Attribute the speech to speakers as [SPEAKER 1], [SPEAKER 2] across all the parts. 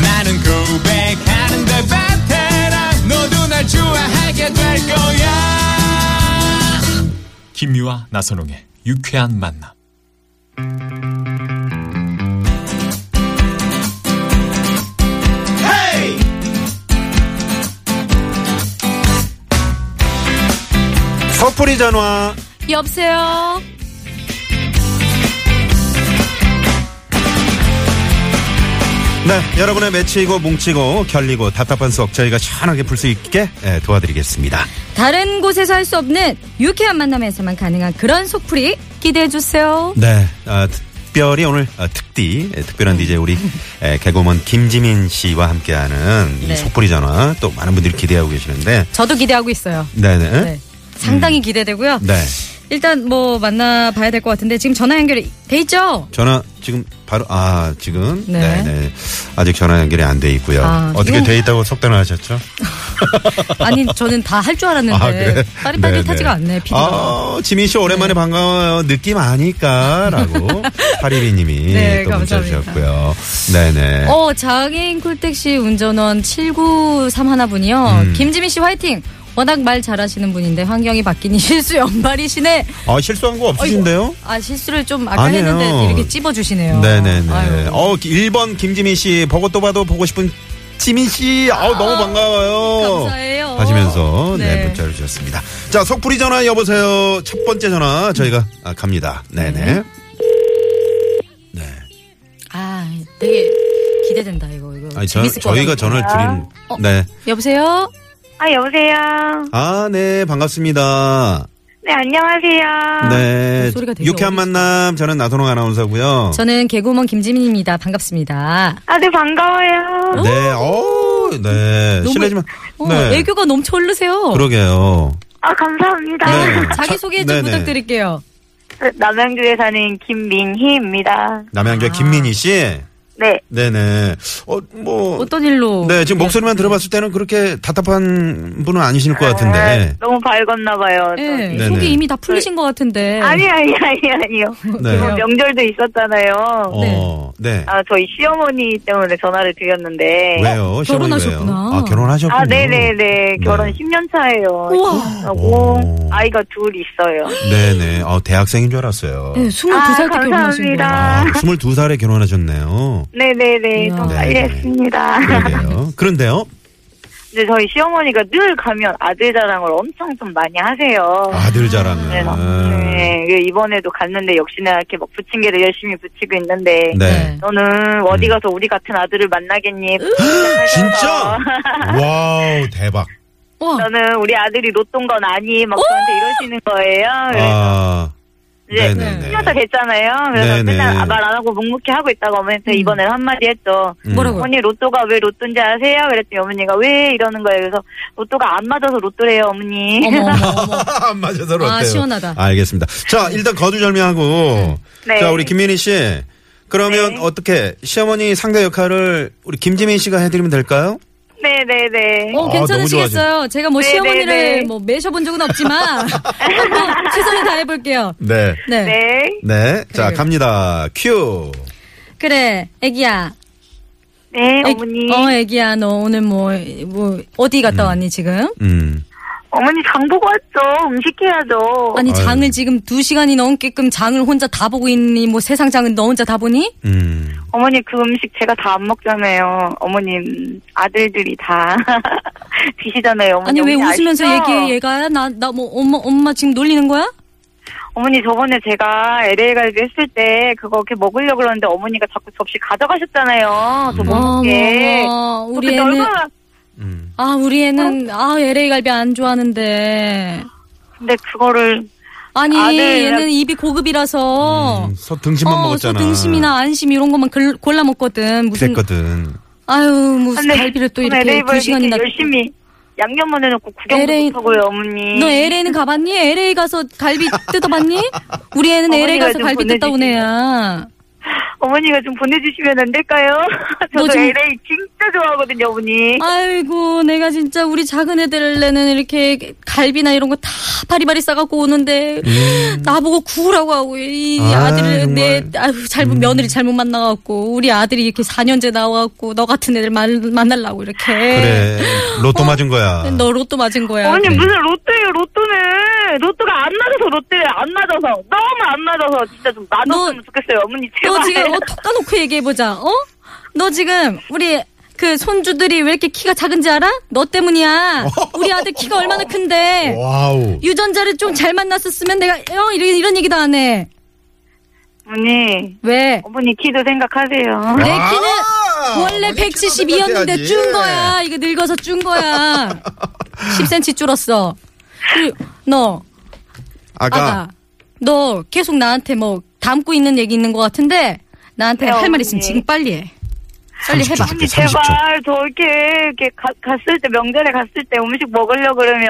[SPEAKER 1] 나는 고백하는데 베테랑 너도 날 좋아하게 될 거야
[SPEAKER 2] 김유와 나선홍의 유쾌한 만남.
[SPEAKER 3] 커플이 전화.
[SPEAKER 4] 여보세요.
[SPEAKER 3] 네, 여러분의 맺히고 뭉치고 결리고 답답한 속 저희가 시원하게 풀 수 있게 예, 도와드리겠습니다.
[SPEAKER 4] 다른 곳에서 할 수 없는 유쾌한 만남에서만 가능한 그런 속풀이 기대해 주세요.
[SPEAKER 3] 네, 아, 특별히 오늘 아, 특디 예, 특별한 DJ 우리 예, 개그우먼 김지민 씨와 함께하는
[SPEAKER 4] 네.
[SPEAKER 3] 이 속풀이 전화 또 많은 분들이 기대하고 계시는데,
[SPEAKER 4] 저도 기대하고 있어요.
[SPEAKER 3] 네네.
[SPEAKER 4] 네. 상당히 기대되고요.
[SPEAKER 3] 네.
[SPEAKER 4] 일단 뭐 만나봐야 될 것 같은데 지금 전화 연결이 돼 있죠?
[SPEAKER 3] 전화 지금 바로 아 지금
[SPEAKER 4] 네.
[SPEAKER 3] 네. 네 아직 전화 연결이 안 돼 있고요.
[SPEAKER 4] 아,
[SPEAKER 3] 어떻게
[SPEAKER 4] 이거-
[SPEAKER 3] 돼 있다고 속단하셨죠?
[SPEAKER 4] 아니 저는 다 할 줄 알았는데 네, 빠릿빠릿하지가 않네. 피디가.
[SPEAKER 3] 네,
[SPEAKER 4] 네.
[SPEAKER 3] 아, 지민 씨 오랜만에 반가워요. 느낌 아니까라고 파리비님이
[SPEAKER 4] 네,
[SPEAKER 3] 또 문자
[SPEAKER 4] 감사합니다.
[SPEAKER 3] 주셨고요. 네네.
[SPEAKER 4] 어, 장애인 콜택시 운전원 7931분이요.
[SPEAKER 3] 음.
[SPEAKER 4] 김지민 씨 화이팅! 워낙 말 잘하시는 분인데 환경이 바뀌니 실수 연발이시네.
[SPEAKER 3] 아 실수한 거 없으신데요?
[SPEAKER 4] 아, 실수를 좀 아까
[SPEAKER 3] 아니에요.
[SPEAKER 4] 했는데 이렇게 찝어주시네요.
[SPEAKER 3] 네네네.
[SPEAKER 4] 아유.
[SPEAKER 3] 어 1번 김지민 씨 보고 또 봐도 보고 싶은 지민 씨, 아우 너무 반가워요.
[SPEAKER 4] 감사해요.
[SPEAKER 3] 하시면서 어, 네,
[SPEAKER 4] 네.
[SPEAKER 3] 문자를 주셨습니다. 자 속풀이 전화 여보세요. 첫 번째 전화 저희가 아, 갑니다.
[SPEAKER 4] 음.
[SPEAKER 3] 네네. 네.
[SPEAKER 4] 아, 되게 기대된다 이거 이거.
[SPEAKER 3] 아니 저,
[SPEAKER 4] 재밌을 것
[SPEAKER 3] 저희가
[SPEAKER 4] 같아요.
[SPEAKER 3] 전화를 드린
[SPEAKER 4] 어.
[SPEAKER 3] 네.
[SPEAKER 4] 여보세요.
[SPEAKER 5] 아, 여보세요.
[SPEAKER 3] 아, 네, 반갑습니다.
[SPEAKER 5] 네, 안녕하세요.
[SPEAKER 3] 네.
[SPEAKER 4] 아, 소리가 되게
[SPEAKER 3] 유쾌한 만남, 저는 나선홍 아나운서고요
[SPEAKER 4] 저는 개그우먼 김지민입니다. 반갑습니다.
[SPEAKER 5] 아, 네, 반가워요.
[SPEAKER 3] 네, 어 네.
[SPEAKER 4] 너무-
[SPEAKER 3] 실례지만.
[SPEAKER 4] 어,
[SPEAKER 3] 네.
[SPEAKER 4] 애교가 넘쳐 흐르세요. 어,
[SPEAKER 3] 그러게요.
[SPEAKER 5] 아, 감사합니다.
[SPEAKER 3] 네.
[SPEAKER 4] 자기 소개 좀
[SPEAKER 3] 네네.
[SPEAKER 4] 부탁드릴게요.
[SPEAKER 3] 네.
[SPEAKER 5] 남양주에 사는 김민희입니다.
[SPEAKER 3] 남양주
[SPEAKER 4] 아.
[SPEAKER 3] 김민희 씨.
[SPEAKER 5] 네.
[SPEAKER 3] 네네. 어, 뭐.
[SPEAKER 4] 어떤 일로?
[SPEAKER 3] 네, 지금 목소리만 들어봤을 때는 그렇게 답답한 분은 아니실 것
[SPEAKER 5] 아,
[SPEAKER 3] 같은데.
[SPEAKER 5] 너무 밝았나 봐요.
[SPEAKER 4] 네,
[SPEAKER 3] 네네.
[SPEAKER 4] 속이 이미 다 풀리신 것 같은데.
[SPEAKER 5] 아니, 아니, 아니, 아니요.
[SPEAKER 4] 어,
[SPEAKER 3] 네.
[SPEAKER 5] 뭐 명절도 있었잖아요.
[SPEAKER 3] 어, 네.
[SPEAKER 5] 아, 저희 시어머니 때문에 전화를 드렸는데.
[SPEAKER 3] 왜요? 시어머니 왜요?
[SPEAKER 4] 결혼하셨구나.
[SPEAKER 3] 아, 결혼하셨군요.
[SPEAKER 5] 아, 네네네. 결혼
[SPEAKER 3] 네.
[SPEAKER 5] 10년 차예요.
[SPEAKER 4] 우와.
[SPEAKER 5] 하고
[SPEAKER 3] 오.
[SPEAKER 5] 아이가 둘 있어요.
[SPEAKER 3] 네네. 어, 대학생인 줄 알았어요.
[SPEAKER 4] 네, 22살 때
[SPEAKER 5] 아,
[SPEAKER 4] 결혼하신 거예요.
[SPEAKER 5] 감사합니다.
[SPEAKER 3] 아, 22살에 결혼하셨네요.
[SPEAKER 5] 네네네.
[SPEAKER 4] 이야.
[SPEAKER 5] 좀 빨리
[SPEAKER 3] 네네.
[SPEAKER 5] 했습니다.
[SPEAKER 3] 그러게요. 그런데요.
[SPEAKER 5] 근데 저희 시어머니가 늘 가면 아들 자랑을 엄청 좀 많이 하세요.
[SPEAKER 3] 아들 자랑을.
[SPEAKER 5] 그래서 네, 그 이번에도 갔는데 역시나 이렇게 막 부침개를 열심히 부치고 있는데
[SPEAKER 3] 네.
[SPEAKER 5] 너는 어디 가서 우리 같은 아들을 만나겠니?
[SPEAKER 3] 진짜? 와우, 대박.
[SPEAKER 4] 와,
[SPEAKER 5] 너는 우리 아들이 로또인 건 아니 막 저한테 이러시는 거예요. 그래서
[SPEAKER 3] 아.
[SPEAKER 5] 이제
[SPEAKER 3] 네네네.
[SPEAKER 5] 10년 차 됐잖아요. 그래서
[SPEAKER 3] 네네.
[SPEAKER 5] 맨날 말 안 하고 묵묵히 하고 있다가 어머니한테 이번에는 한마디 했죠.
[SPEAKER 3] 음.
[SPEAKER 4] 음. 뭐라고요?
[SPEAKER 5] 어머니 로또가 왜 로또인지 아세요? 그랬더니 어머니가 왜 이러는 거예요? 그래서 로또가 안 맞아서 로또래요 어머니.
[SPEAKER 4] 어머, 어머, 어머.
[SPEAKER 3] 안 맞아서 어때요?
[SPEAKER 4] 아, 시원하다. 네.
[SPEAKER 3] 알겠습니다. 자, 일단 거두절미하고.
[SPEAKER 5] 네.
[SPEAKER 3] 자, 우리 김민희 씨. 그러면
[SPEAKER 5] 네.
[SPEAKER 3] 어떻게 시어머니 상대 역할을 우리 김지민 씨가 해드리면 될까요?
[SPEAKER 5] 네네네.
[SPEAKER 4] 어,
[SPEAKER 3] 아,
[SPEAKER 4] 괜찮으시겠어요? 제가 뭐
[SPEAKER 5] 네,
[SPEAKER 4] 시어머니를
[SPEAKER 5] 네, 네.
[SPEAKER 4] 뭐 매셔본 적은 없지만 한번 최선을 다해볼게요.
[SPEAKER 3] 네.
[SPEAKER 4] 네.
[SPEAKER 5] 네.
[SPEAKER 3] 네. 자,
[SPEAKER 4] 그래요.
[SPEAKER 3] 갑니다. 큐.
[SPEAKER 4] 그래, 애기야.
[SPEAKER 5] 네,
[SPEAKER 4] 애-
[SPEAKER 5] 어머니.
[SPEAKER 4] 어, 애기야, 너 오늘 뭐, 뭐, 어디 갔다 왔니, 지금?
[SPEAKER 3] 음.
[SPEAKER 5] 어머니 장 보고 왔죠. 음식 해야죠.
[SPEAKER 4] 아니,
[SPEAKER 3] 아유.
[SPEAKER 4] 장을 지금 두 시간이 넘게끔 장을 혼자 다 보고 있니? 뭐, 세상 장은 너 혼자 다 보니?
[SPEAKER 3] 음.
[SPEAKER 5] 어머니 그 음식 제가 다 안 먹잖아요. 어머님 아들들이 다 드시잖아요. 어머니,
[SPEAKER 4] 아니, 왜
[SPEAKER 5] 어머니
[SPEAKER 4] 웃으면서
[SPEAKER 5] 아시죠?
[SPEAKER 4] 얘기해, 얘가? 나, 나 뭐, 엄마, 엄마 지금 놀리는 거야?
[SPEAKER 5] 어머니 저번에 제가 LA 갈비 했을 때 그거 이렇게 먹으려고 그러는데 어머니가 자꾸 접시 가져가셨잖아요. 저
[SPEAKER 3] 음.
[SPEAKER 4] 어머,
[SPEAKER 5] 먹게.
[SPEAKER 4] 어머, 뭐, 우리
[SPEAKER 5] 예. 그때
[SPEAKER 4] 애는,
[SPEAKER 5] 얼마나
[SPEAKER 3] 음.
[SPEAKER 4] 아, 우리 애는, 아, LA 갈비 안 좋아하는데.
[SPEAKER 5] 근데 그거를
[SPEAKER 4] 아니,
[SPEAKER 5] 아들. 네,
[SPEAKER 4] 얘는 입이 고급이라서.
[SPEAKER 3] 음, 소 등심만
[SPEAKER 4] 어,
[SPEAKER 3] 먹었잖아.
[SPEAKER 4] 등심이나 안심 이런 것만 글- 골라 먹거든. 무슨
[SPEAKER 3] 그랬거든.
[SPEAKER 4] 아유 무슨
[SPEAKER 5] 근데
[SPEAKER 4] 갈비를 또
[SPEAKER 5] 저는
[SPEAKER 4] 이렇게
[SPEAKER 5] LA
[SPEAKER 4] 두
[SPEAKER 5] 갈비
[SPEAKER 4] 시간이나
[SPEAKER 5] 열심히 양념만 해놓고 구경도
[SPEAKER 4] LA
[SPEAKER 5] 못하고요, 어머니.
[SPEAKER 4] 너 LA는 가봤니? LA 가서 갈비 뜯어봤니? 우리 애는
[SPEAKER 5] 어머니가
[SPEAKER 4] LA 가서
[SPEAKER 5] 좀
[SPEAKER 4] 갈비 뜯다 온
[SPEAKER 5] 보내주세요.
[SPEAKER 4] 애야.
[SPEAKER 5] 어머니가 좀 보내주시면 안 될까요?
[SPEAKER 4] 너
[SPEAKER 5] 저도
[SPEAKER 4] 지금-
[SPEAKER 5] LA 진짜 좋아하거든요, 어머니.
[SPEAKER 4] 아이고, 내가 진짜 우리 작은 애들에는 이렇게 갈비나 이런 거 다 바리바리 싸갖고 오는데, 나보고 구우라고 하고, 이
[SPEAKER 3] 음. 아,
[SPEAKER 4] 아, 들을 내,
[SPEAKER 3] 정말. 음.
[SPEAKER 4] 아유, 잘못, 며느리 잘못 만나갖고, 우리 아들이 이렇게 4년째 나와갖고, 너 같은 애들 말, 만나려고 이렇게.
[SPEAKER 3] 그래. 로또
[SPEAKER 4] 네. 어,
[SPEAKER 3] 맞은 거야.
[SPEAKER 4] 너 로또 맞은 거야.
[SPEAKER 5] 어머니 무슨 로또예요 로또는 로또가 안 맞아서 로또예요 안 맞아서 너무 안 맞아서 진짜 좀 맞았으면
[SPEAKER 4] 너-
[SPEAKER 5] 좋겠어요 어머니 제발
[SPEAKER 4] 너 지금 어, 톡 까놓고 얘기해보자, 어? 너 지금, 우리, 그 손주들이 왜 이렇게 키가 작은지 알아? 너 때문이야. 우리 아들 키가 얼마나 큰데.
[SPEAKER 3] 와우.
[SPEAKER 4] 네. 유전자를 좀 잘 만났었으면 내가 어 이런 이런 얘기도 안 해.
[SPEAKER 5] 어머니
[SPEAKER 4] 왜?
[SPEAKER 5] 어머니 키도 생각하세요
[SPEAKER 4] 내
[SPEAKER 3] 아,
[SPEAKER 4] 키는 원래
[SPEAKER 3] 원래 키도
[SPEAKER 4] 172였는데
[SPEAKER 3] 생각해야지.
[SPEAKER 4] 준 거야. 이거 늙어서 준 거야. 10cm 줄었어. 그리고 너
[SPEAKER 3] 아가.
[SPEAKER 4] 아가 너 계속 나한테 뭐 담고 있는 얘기 있는 것 같은데 나한테
[SPEAKER 5] 네,
[SPEAKER 4] 할 말
[SPEAKER 5] 어머니.
[SPEAKER 4] 있으면 지금 빨리 해. 빨리
[SPEAKER 3] 30초
[SPEAKER 4] 해봐.
[SPEAKER 3] 줄게.
[SPEAKER 5] 언니 제발 저 이렇게 이렇게 가- 갔을 때 명절에 갔을 때 음식 먹으려 그러면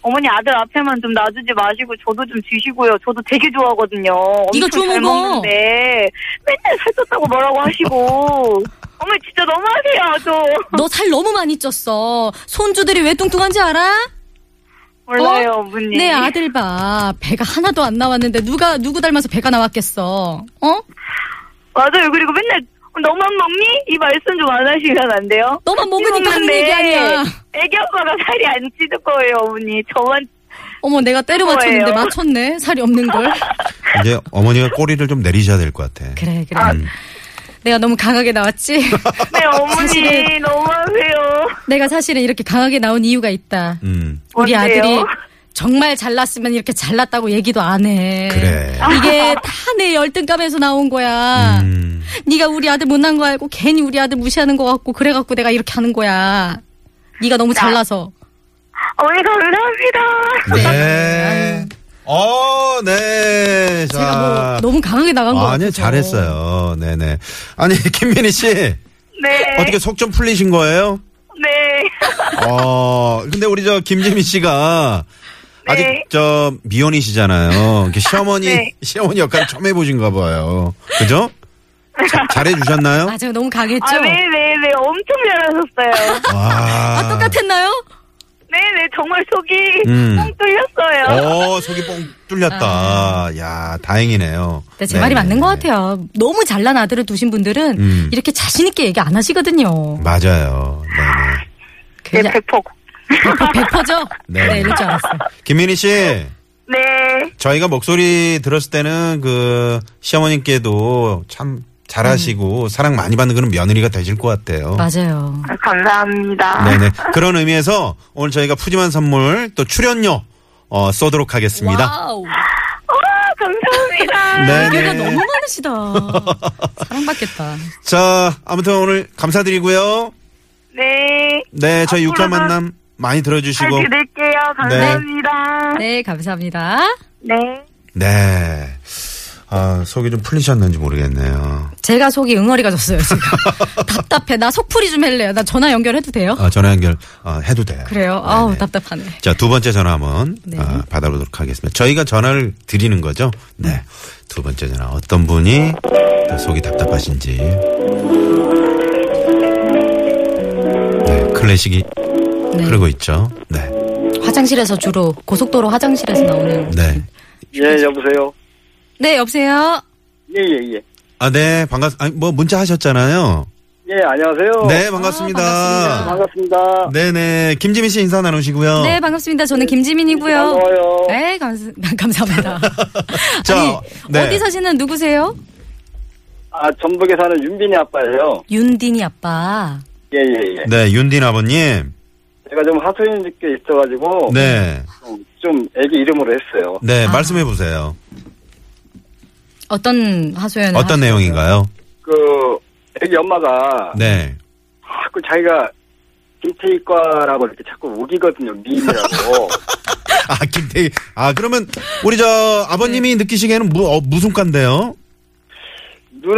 [SPEAKER 5] 어머니 아들 앞에만 좀 놔주지 마시고 저도 좀 주시고요. 저도 되게 좋아하거든요.
[SPEAKER 4] 이거
[SPEAKER 5] 엄청
[SPEAKER 4] 주워
[SPEAKER 5] 잘
[SPEAKER 4] 먹어.
[SPEAKER 5] 먹는데 맨날 살쪘다고 뭐라고 하시고 어머니 진짜 너무하세요. 저
[SPEAKER 4] 너 살 너무 많이 쪘어. 손주들이 왜 뚱뚱한지 알아?
[SPEAKER 5] 몰라요
[SPEAKER 4] 어?
[SPEAKER 5] 어머니.
[SPEAKER 4] 내 아들 봐. 배가 하나도 안 나왔는데 누가 누구 닮아서 배가 나왔겠어. 어?
[SPEAKER 5] 맞아요. 그리고 맨날 너만 먹니? 이 말씀 좀 안 하시면 안 돼요?
[SPEAKER 4] 너만 먹으니까 하는
[SPEAKER 5] 먹는데
[SPEAKER 4] 얘기 아니야.
[SPEAKER 5] 애기 아빠가 살이 안 찌는 거예요 어머니. 저만
[SPEAKER 4] 어머 내가 때려 맞췄는데
[SPEAKER 5] 거예요.
[SPEAKER 4] 맞췄네. 살이 없는 걸.
[SPEAKER 3] 이제 어머니가 꼬리를 좀 내리셔야 될 것 같아.
[SPEAKER 4] 그래 그래. 내가 너무 강하게 나왔지.
[SPEAKER 5] 네 어머니
[SPEAKER 4] 사실은-
[SPEAKER 5] 너무하세요.
[SPEAKER 4] 내가 사실은 이렇게 강하게 나온 이유가 있다.
[SPEAKER 3] 음.
[SPEAKER 4] 우리
[SPEAKER 5] 뭔데요?
[SPEAKER 4] 아들이 정말 잘났으면 이렇게 잘났다고 얘기도 안 해.
[SPEAKER 3] 그래.
[SPEAKER 4] 이게 다 내 열등감에서 나온 거야.
[SPEAKER 3] 음.
[SPEAKER 4] 네가 우리 아들 못난 거 알고 괜히 우리 아들 무시하는 거 같고 그래갖고 내가 이렇게 하는 거야. 네가 너무 잘나서.
[SPEAKER 5] 어머니 감사합니다.
[SPEAKER 3] 네. 어, 네. 자.
[SPEAKER 4] 아. 제가 뭐 너무 강하게 나간 거 같아서.
[SPEAKER 3] 아니, 잘했어요. 네네. 아니, 김민희 씨.
[SPEAKER 5] 네.
[SPEAKER 3] 어떻게 속 좀 풀리신 거예요?
[SPEAKER 5] 네.
[SPEAKER 3] 어, 근데 우리 저 김재미 씨가 아직
[SPEAKER 5] 네.
[SPEAKER 3] 저 미혼이시잖아요. 이렇게 시어머니,
[SPEAKER 5] 네.
[SPEAKER 3] 시어머니 역할 처음 해보신가 봐요. 그죠? 자- 잘해주셨나요?
[SPEAKER 4] 아, 제가 너무 강했죠?
[SPEAKER 5] 아, 네, 네, 네. 엄청 잘하셨어요.
[SPEAKER 3] 와.
[SPEAKER 4] 아, 똑같았나요?
[SPEAKER 5] 네, 네. 정말 속이
[SPEAKER 3] 음.
[SPEAKER 5] 뻥 뚫렸어요. 네,
[SPEAKER 3] 어, 속이 뻥 뚫렸다. 야, 다행이네요.
[SPEAKER 4] 아. 네, 제 말이
[SPEAKER 3] 네네.
[SPEAKER 4] 맞는 것 같아요. 너무 잘난 아들을 두신 분들은
[SPEAKER 3] 음.
[SPEAKER 4] 이렇게 자신있게 얘기 안 하시거든요.
[SPEAKER 3] 맞아요. 네네.
[SPEAKER 5] 네,
[SPEAKER 4] 그냥
[SPEAKER 5] 백폭.
[SPEAKER 4] 100%, 죠
[SPEAKER 3] 네.
[SPEAKER 4] 네. 이럴 줄 알았어요.
[SPEAKER 3] 김민희 씨.
[SPEAKER 5] 네.
[SPEAKER 3] 저희가 목소리 들었을 때는 그 시어머님께도 참 잘하시고 사랑 많이 받는 그런 며느리가 되실 것 같아요.
[SPEAKER 4] 음. 맞아요.
[SPEAKER 5] 아, 감사합니다.
[SPEAKER 3] 네네. 그런 의미에서 오늘 저희가 푸짐한 선물 또 출연료 어, 쏘도록 하겠습니다.
[SPEAKER 4] 와우.
[SPEAKER 5] 아, 감사합니다.
[SPEAKER 4] 애교가
[SPEAKER 3] 네네.
[SPEAKER 4] 너무 많으시다. 사랑받겠다.
[SPEAKER 3] 자, 아무튼 오늘 감사드리고요.
[SPEAKER 5] 네.
[SPEAKER 4] 아,
[SPEAKER 3] 네, 저희
[SPEAKER 5] 앞으로도
[SPEAKER 3] 유쾌한 만남 많이
[SPEAKER 5] 잘
[SPEAKER 3] 들어주시고.
[SPEAKER 5] 들을게요. 감사합니다.
[SPEAKER 4] 네, 감사합니다.
[SPEAKER 5] 네.
[SPEAKER 3] 네. 아, 속이 좀 풀리셨는지 모르겠네요.
[SPEAKER 4] 제가 속이 응어리가 졌어요, 지금. 답답해. 나 속풀이 좀 할래요. 나 전화 연결해도 돼요?
[SPEAKER 3] 아, 전화 연결 어, 해도 돼요.
[SPEAKER 4] 그래요? 아우,
[SPEAKER 3] 네네.
[SPEAKER 4] 답답하네.
[SPEAKER 3] 자, 두 번째 전화 한번
[SPEAKER 4] 네.
[SPEAKER 3] 아, 받아보도록 하겠습니다. 저희가 전화를 드리는 거죠? 네. 두 번째 전화. 어떤 분이 또 속이 답답하신지. 네, 네, 클래식이
[SPEAKER 4] 네.
[SPEAKER 3] 흐르고 있죠. 네.
[SPEAKER 4] 화장실에서 주로, 고속도로 화장실에서 나오는.
[SPEAKER 3] 네.
[SPEAKER 6] 예, 여보세요.
[SPEAKER 4] 네, 여보세요?
[SPEAKER 6] 예, 예, 예.
[SPEAKER 3] 아, 네. 반갑, 아니, 뭐, 문자 하셨잖아요.
[SPEAKER 6] 예, 안녕하세요.
[SPEAKER 3] 네, 반갑습니다.
[SPEAKER 4] 아,
[SPEAKER 6] 반갑습니다.
[SPEAKER 3] 네네. 김지민 씨 인사 나누시고요.
[SPEAKER 4] 네, 반갑습니다. 저는 김지민이고요.
[SPEAKER 6] 반가워요.
[SPEAKER 4] 네, 감사, 감사합니다.
[SPEAKER 3] 자,
[SPEAKER 4] 아니,
[SPEAKER 3] 네.
[SPEAKER 4] 어디 사시는 누구세요?
[SPEAKER 6] 아, 전북에 사는 윤빈이 아빠예요.
[SPEAKER 4] 윤딘이 아빠.
[SPEAKER 6] 예, 예, 예.
[SPEAKER 3] 네, 윤딘 아버님.
[SPEAKER 6] 제가 좀 하소연 있게 있어가지고
[SPEAKER 3] 네.
[SPEAKER 6] 좀- 좀 애기 이름으로 했어요.
[SPEAKER 3] 네,
[SPEAKER 4] 아.
[SPEAKER 3] 말씀해 보세요.
[SPEAKER 4] 어떤 하소연을
[SPEAKER 3] 어떤 내용인가요?
[SPEAKER 6] 그 애기 엄마가
[SPEAKER 3] 네.
[SPEAKER 6] 자꾸 자기가 김태희과라고 이렇게 자꾸 우기거든요. 미인이라고.
[SPEAKER 3] 아, 김태희. 아, 그러면 우리 저 아버님이 느끼시기에는 무, 어, 무슨 과인데요?
[SPEAKER 6] 눈은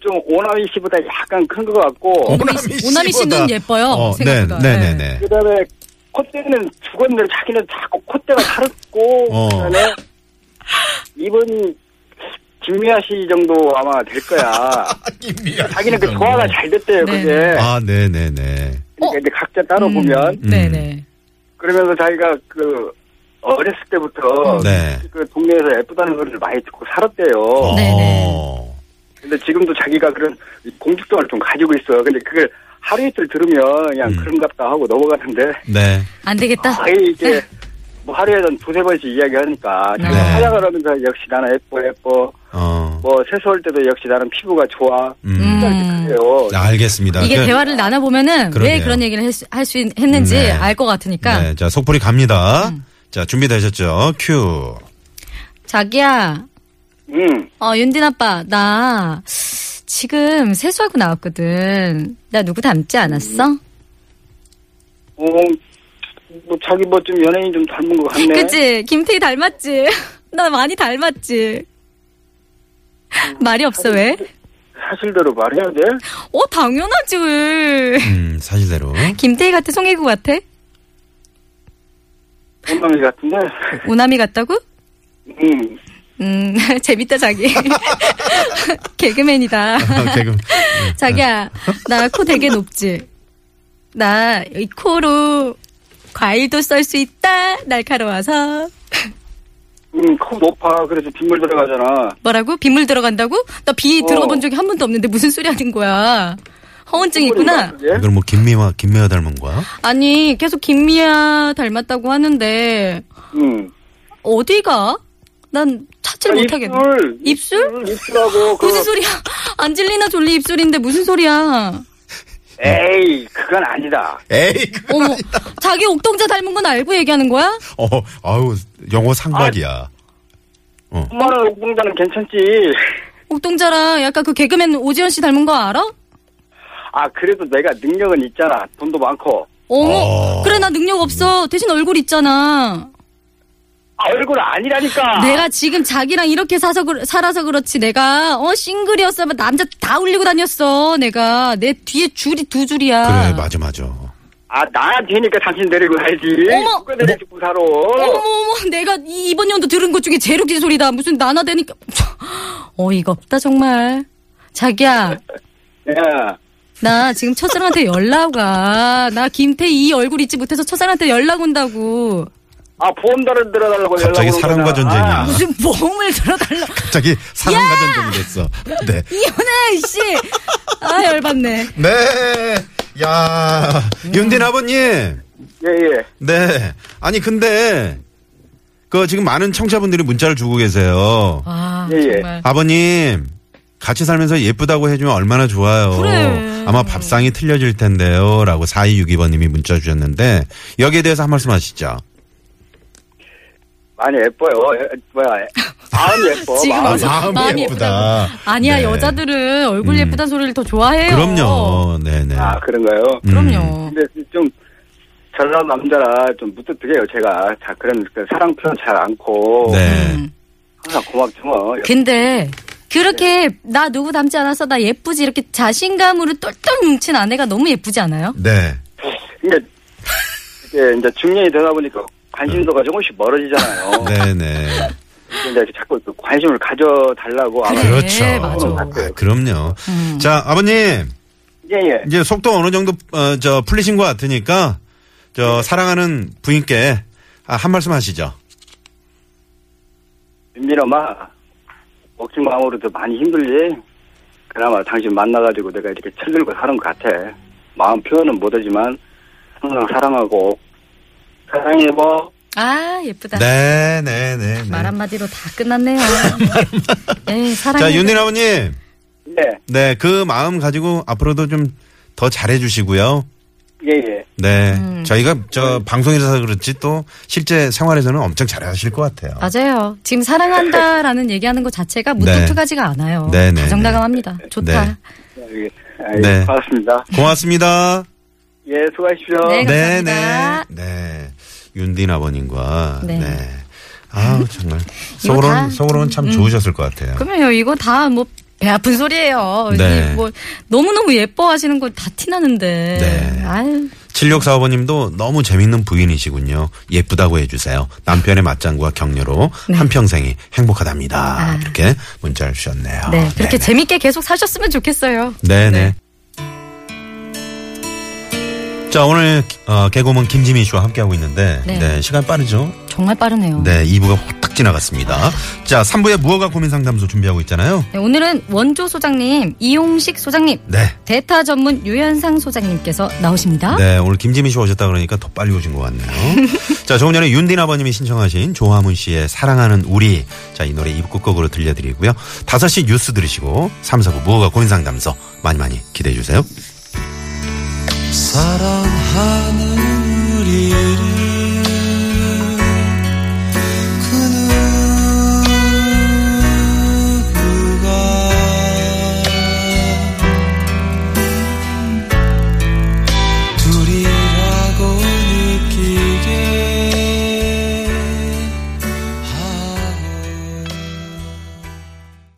[SPEAKER 6] 좀 오나미 씨보다 약간 큰 것 같고
[SPEAKER 4] 오나미 씨- 오나미 씨는
[SPEAKER 3] 씨보다.
[SPEAKER 4] 예뻐요,
[SPEAKER 3] 어, 네,
[SPEAKER 4] 생각보다.
[SPEAKER 3] 네, 네, 네.
[SPEAKER 6] 그다음에 콧대는 죽었는데 자기는 자꾸 콧대가 사르고
[SPEAKER 3] 어.
[SPEAKER 6] 그다음에 이번 김미아 씨 정도 아마 될 거야.
[SPEAKER 3] 김미아.
[SPEAKER 6] 자기는 그 조화가 잘 됐대요
[SPEAKER 4] 네. 어? 음.
[SPEAKER 6] 그게.
[SPEAKER 3] 아, 네네네.
[SPEAKER 6] 그러니까 이제 각자 따로 보면
[SPEAKER 4] 네네.
[SPEAKER 6] 그러면서 자기가 그 어렸을 때부터
[SPEAKER 3] 네.
[SPEAKER 6] 그 동네에서 예쁘다는 소리를 많이 듣고 살았대요.
[SPEAKER 4] 네네.
[SPEAKER 3] 어.
[SPEAKER 6] 근데 지금도 자기가 그런 공식성을 좀 가지고 있어. 근데 그걸 하루 이틀 들으면 그냥
[SPEAKER 3] 음.
[SPEAKER 6] 그런갑다 하고 넘어가는데
[SPEAKER 3] 네.
[SPEAKER 4] 안 되겠다.
[SPEAKER 6] 거의 아, 이게 뭐 하루에 한 두세 번씩 이야기하니까 자기가
[SPEAKER 3] 네.
[SPEAKER 6] 화장을 하면서 역시 나는 예뻐 예뻐
[SPEAKER 3] 어.
[SPEAKER 6] 뭐 세수할 때도 역시 나는 피부가 좋아
[SPEAKER 3] 음.
[SPEAKER 4] 음.
[SPEAKER 6] 그래요.
[SPEAKER 3] 네, 알겠습니다.
[SPEAKER 4] 이게
[SPEAKER 3] 그-
[SPEAKER 4] 대화를 나눠보면은 왜
[SPEAKER 3] 그러네요.
[SPEAKER 4] 그런 얘기를 했- 할수 있- 했는지
[SPEAKER 3] 네.
[SPEAKER 4] 알 것 같으니까.
[SPEAKER 3] 네, 자, 속풀이 갑니다. 자, 준비되셨죠? 큐.
[SPEAKER 4] 자기야,
[SPEAKER 6] 응.
[SPEAKER 4] 어, 윤딘 아빠, 나 지금 세수하고 나왔거든. 나 누구 닮지 않았어?
[SPEAKER 6] 어, 뭐 자기 뭐 좀 연예인 좀 닮은 것 같네.
[SPEAKER 4] 그치? 김태희 닮았지? 나 많이 닮았지? 말이 없어, 왜?
[SPEAKER 6] 사실대로 말해야 돼.
[SPEAKER 4] 어, 당연하지, 왜?
[SPEAKER 3] 음, 사실대로.
[SPEAKER 4] 김태희 같아, 송혜구 같아?
[SPEAKER 6] 동남이 같은데.
[SPEAKER 4] 오나미 같다고?
[SPEAKER 6] 응.
[SPEAKER 4] 음, 재밌다, 자기. 개그맨이다.
[SPEAKER 3] 아, 개그.
[SPEAKER 4] 자기야, 나 코 되게 높지? 나 이 코로 과일도 썰 수 있다, 날카로워서.
[SPEAKER 6] 응, 음, 코 높아. 그래서 빗물 들어가잖아.
[SPEAKER 4] 뭐라고? 빗물 들어간다고? 나 비
[SPEAKER 6] 어.
[SPEAKER 4] 들어가 본 적이 한 번도 없는데 무슨 소리 하는 거야? 허언증 있구나.
[SPEAKER 6] 그게?
[SPEAKER 3] 이걸 뭐 김미화, 김미화 닮은 거야?
[SPEAKER 4] 아니, 계속 김미아 닮았다고 하는데,
[SPEAKER 6] 응.
[SPEAKER 4] 어디가? 난 찾질 못하겠네.
[SPEAKER 6] 아, 입술.
[SPEAKER 4] 입술?
[SPEAKER 6] 입술하고. 그,
[SPEAKER 4] 무슨 소리야? 안젤리나 졸리 입술인데 무슨 소리야?
[SPEAKER 6] 에이, 그건 아니다.
[SPEAKER 3] 에이, 그-
[SPEAKER 4] 어머, 자기 옥동자 닮은 건 알고 얘기하는 거야?
[SPEAKER 3] 어, 아우, 영어 상박이야.
[SPEAKER 6] 엄마는 옥봉자는 괜찮지.
[SPEAKER 4] 옥동자랑 약간 그 개그맨 오지현 씨 닮은 거 알아?
[SPEAKER 6] 아, 그래도 내가 능력은 있잖아. 돈도 많고.
[SPEAKER 3] 아.
[SPEAKER 4] 어머, 그래 나 능력 없어. 대신 얼굴 있잖아.
[SPEAKER 6] 아, 얼굴 아니라니까.
[SPEAKER 4] 내가 지금 자기랑 이렇게 사서 그- 살아서 그렇지 내가 어 싱글이었으면 남자 다 울리고 다녔어 내가 내 뒤에 줄이 두 줄이야
[SPEAKER 3] 그래, 맞아, 맞아.
[SPEAKER 6] 아, 나 뒤니까 당신 데리고 가야지.
[SPEAKER 4] 어머! 네.
[SPEAKER 6] 누가 데리고 사러.
[SPEAKER 4] 어머 어머 내가 이, 이번 연도 들은 것 중에 제일 웃긴 소리다 무슨 나나 되니까 어이가 없다 정말 자기야
[SPEAKER 6] 예.
[SPEAKER 4] 나 지금 첫사랑한테 연락 와나 김태희 이 얼굴 잊지 못해서 첫사랑한테 연락 온다고
[SPEAKER 6] 아, 보험 다른 들어달라고
[SPEAKER 3] 갑자기
[SPEAKER 6] 연락 오는
[SPEAKER 3] 사랑과
[SPEAKER 6] 거잖아.
[SPEAKER 3] 전쟁이야.
[SPEAKER 6] 아,
[SPEAKER 4] 무슨 몸을 들어달라
[SPEAKER 3] 갑자기 사랑과 전쟁이 됐어. 네.
[SPEAKER 4] 이혼해 씨아 열받네
[SPEAKER 3] 네. 야, 윤딘 아버님.
[SPEAKER 6] 예, 예.
[SPEAKER 3] 네. 아니, 근데, 그, 지금 많은 청취자분들이 문자를 주고 계세요.
[SPEAKER 4] 아
[SPEAKER 6] 예, 예.
[SPEAKER 4] 정말
[SPEAKER 3] 아버님, 같이 살면서 예쁘다고 해주면 얼마나 좋아요.
[SPEAKER 4] 그래.
[SPEAKER 3] 아마 밥상이 틀려질 텐데요. 라고 4262번님이 문자 주셨는데, 여기에 대해서 한 말씀 하시죠.
[SPEAKER 6] 많이 예뻐요. 예, 뭐야. 마음 예뻐.
[SPEAKER 4] 지금
[SPEAKER 6] 뭐 마음
[SPEAKER 4] 와서. 마음이 마음이 예쁘다. 아니야
[SPEAKER 3] 네.
[SPEAKER 4] 여자들은 얼굴 예쁘다는 소리를 더 좋아해요.
[SPEAKER 3] 그럼요. 네네.
[SPEAKER 6] 아, 그런가요?
[SPEAKER 3] 음.
[SPEAKER 4] 그럼요.
[SPEAKER 6] 근데 좀 전라 남자라 좀 무뚝뚝해요 제가 다 그런 그 사랑 표현 잘 않고
[SPEAKER 3] 네.
[SPEAKER 4] 음.
[SPEAKER 6] 항상 고맙죠 뭐.
[SPEAKER 4] 근데 그렇게 나 누구 닮지 않아서 나 예쁘지 이렇게 자신감으로 똘똘 뭉친 아내가 너무 예쁘지 않아요?
[SPEAKER 3] 네.
[SPEAKER 6] 근데 이게 이제 중년이 되다 보니까 관심도가 조금씩 멀어지잖아요.
[SPEAKER 3] 네네.
[SPEAKER 6] 근데 이제 자꾸 그 관심을 가져달라고 아마
[SPEAKER 4] 그래.
[SPEAKER 3] 그렇죠.
[SPEAKER 4] 맞아. 음.
[SPEAKER 3] 아, 그럼요. 자, 아버님.
[SPEAKER 6] 예예
[SPEAKER 3] 이제 속도 어느 정도 어, 저 풀리신 것 같으니까 저 사랑하는 부인께 아, 한 말씀 하시죠.
[SPEAKER 6] 민민엄마 먹지 마음으로도 많이 힘들지. 그나마 당신 만나가지고 내가 이렇게 철들고 사는 것 같아. 마음 표현은 못하지만 항상 사랑하고 사랑해 뭐.
[SPEAKER 4] 아 예쁘다.
[SPEAKER 3] 네, 네, 네. 네.
[SPEAKER 4] 말 한마디로 다 끝났네요. 예, 사랑해.
[SPEAKER 3] 자, 윤인 아버님.
[SPEAKER 6] 예
[SPEAKER 3] 네, 그 마음 가지고 앞으로도 좀 더 잘해 주시고요.
[SPEAKER 6] 예예.
[SPEAKER 3] 네.
[SPEAKER 4] 음.
[SPEAKER 3] 저희가 저 방송이라서 그렇지 또 실제 생활에서는 엄청 잘하실 것 같아요.
[SPEAKER 4] 맞아요. 지금 사랑한다라는 얘기하는 것 자체가 무뚝뚝하지가 않아요.
[SPEAKER 3] 네, 네,
[SPEAKER 4] 정다감합니다. 좋다.
[SPEAKER 6] 예,
[SPEAKER 3] 네.
[SPEAKER 6] 네. 반갑습니다.
[SPEAKER 3] 고맙습니다.
[SPEAKER 6] 예, 수고하십시오.
[SPEAKER 4] 네,
[SPEAKER 3] 네,
[SPEAKER 4] 감사합니다.
[SPEAKER 3] 네. 네. 윤딘 아버님과
[SPEAKER 4] 네.
[SPEAKER 3] 네. 아, 정말
[SPEAKER 4] 다- 음,
[SPEAKER 3] 속으로는 속으로는 참 좋으셨을 것 같아요.
[SPEAKER 4] 그러면 이거 다 뭐 배 아픈 소리예요.
[SPEAKER 3] 네.
[SPEAKER 4] 뭐 너무 너무 예뻐하시는 거 다 티나는데.
[SPEAKER 3] 네.
[SPEAKER 4] 아유.
[SPEAKER 3] 7645번님도 너무 재밌는 부인이시군요. 예쁘다고 해주세요. 남편의 맞장구와 격려로 한평생이 행복하답니다.
[SPEAKER 4] 네. 아.
[SPEAKER 3] 이렇게 문자를 아, 주셨네요.
[SPEAKER 4] 네,
[SPEAKER 3] 네네.
[SPEAKER 4] 그렇게 재밌게 계속 사셨으면 좋겠어요.
[SPEAKER 3] 네네. 자 오늘 어, 개그맨 김지민 씨와 함께하고 있는데
[SPEAKER 4] 네.
[SPEAKER 3] 네, 시간 빠르죠?
[SPEAKER 4] 정말 빠르네요.
[SPEAKER 3] 네 2부가 확 지나갔습니다. 자 3부에 무허가 고민 상담소 준비하고 있잖아요.
[SPEAKER 4] 네, 오늘은 원조 소장님, 이용식 소장님,
[SPEAKER 3] 네.
[SPEAKER 4] 데이터 전문 유현상 소장님께서 나오십니다.
[SPEAKER 3] 네, 오늘 김지민 씨 오셨다 그러니까 더 빨리 오신 것 같네요. 자, 조금 전에 윤딘 아버님이 신청하신 조화문 씨의 사랑하는 우리. 자, 이 노래 입국곡으로 들려드리고요. 5시 뉴스 들으시고 3, 4부 무허가 고민 상담소 많이 많이 기대해 주세요.
[SPEAKER 1] 사랑하는 우리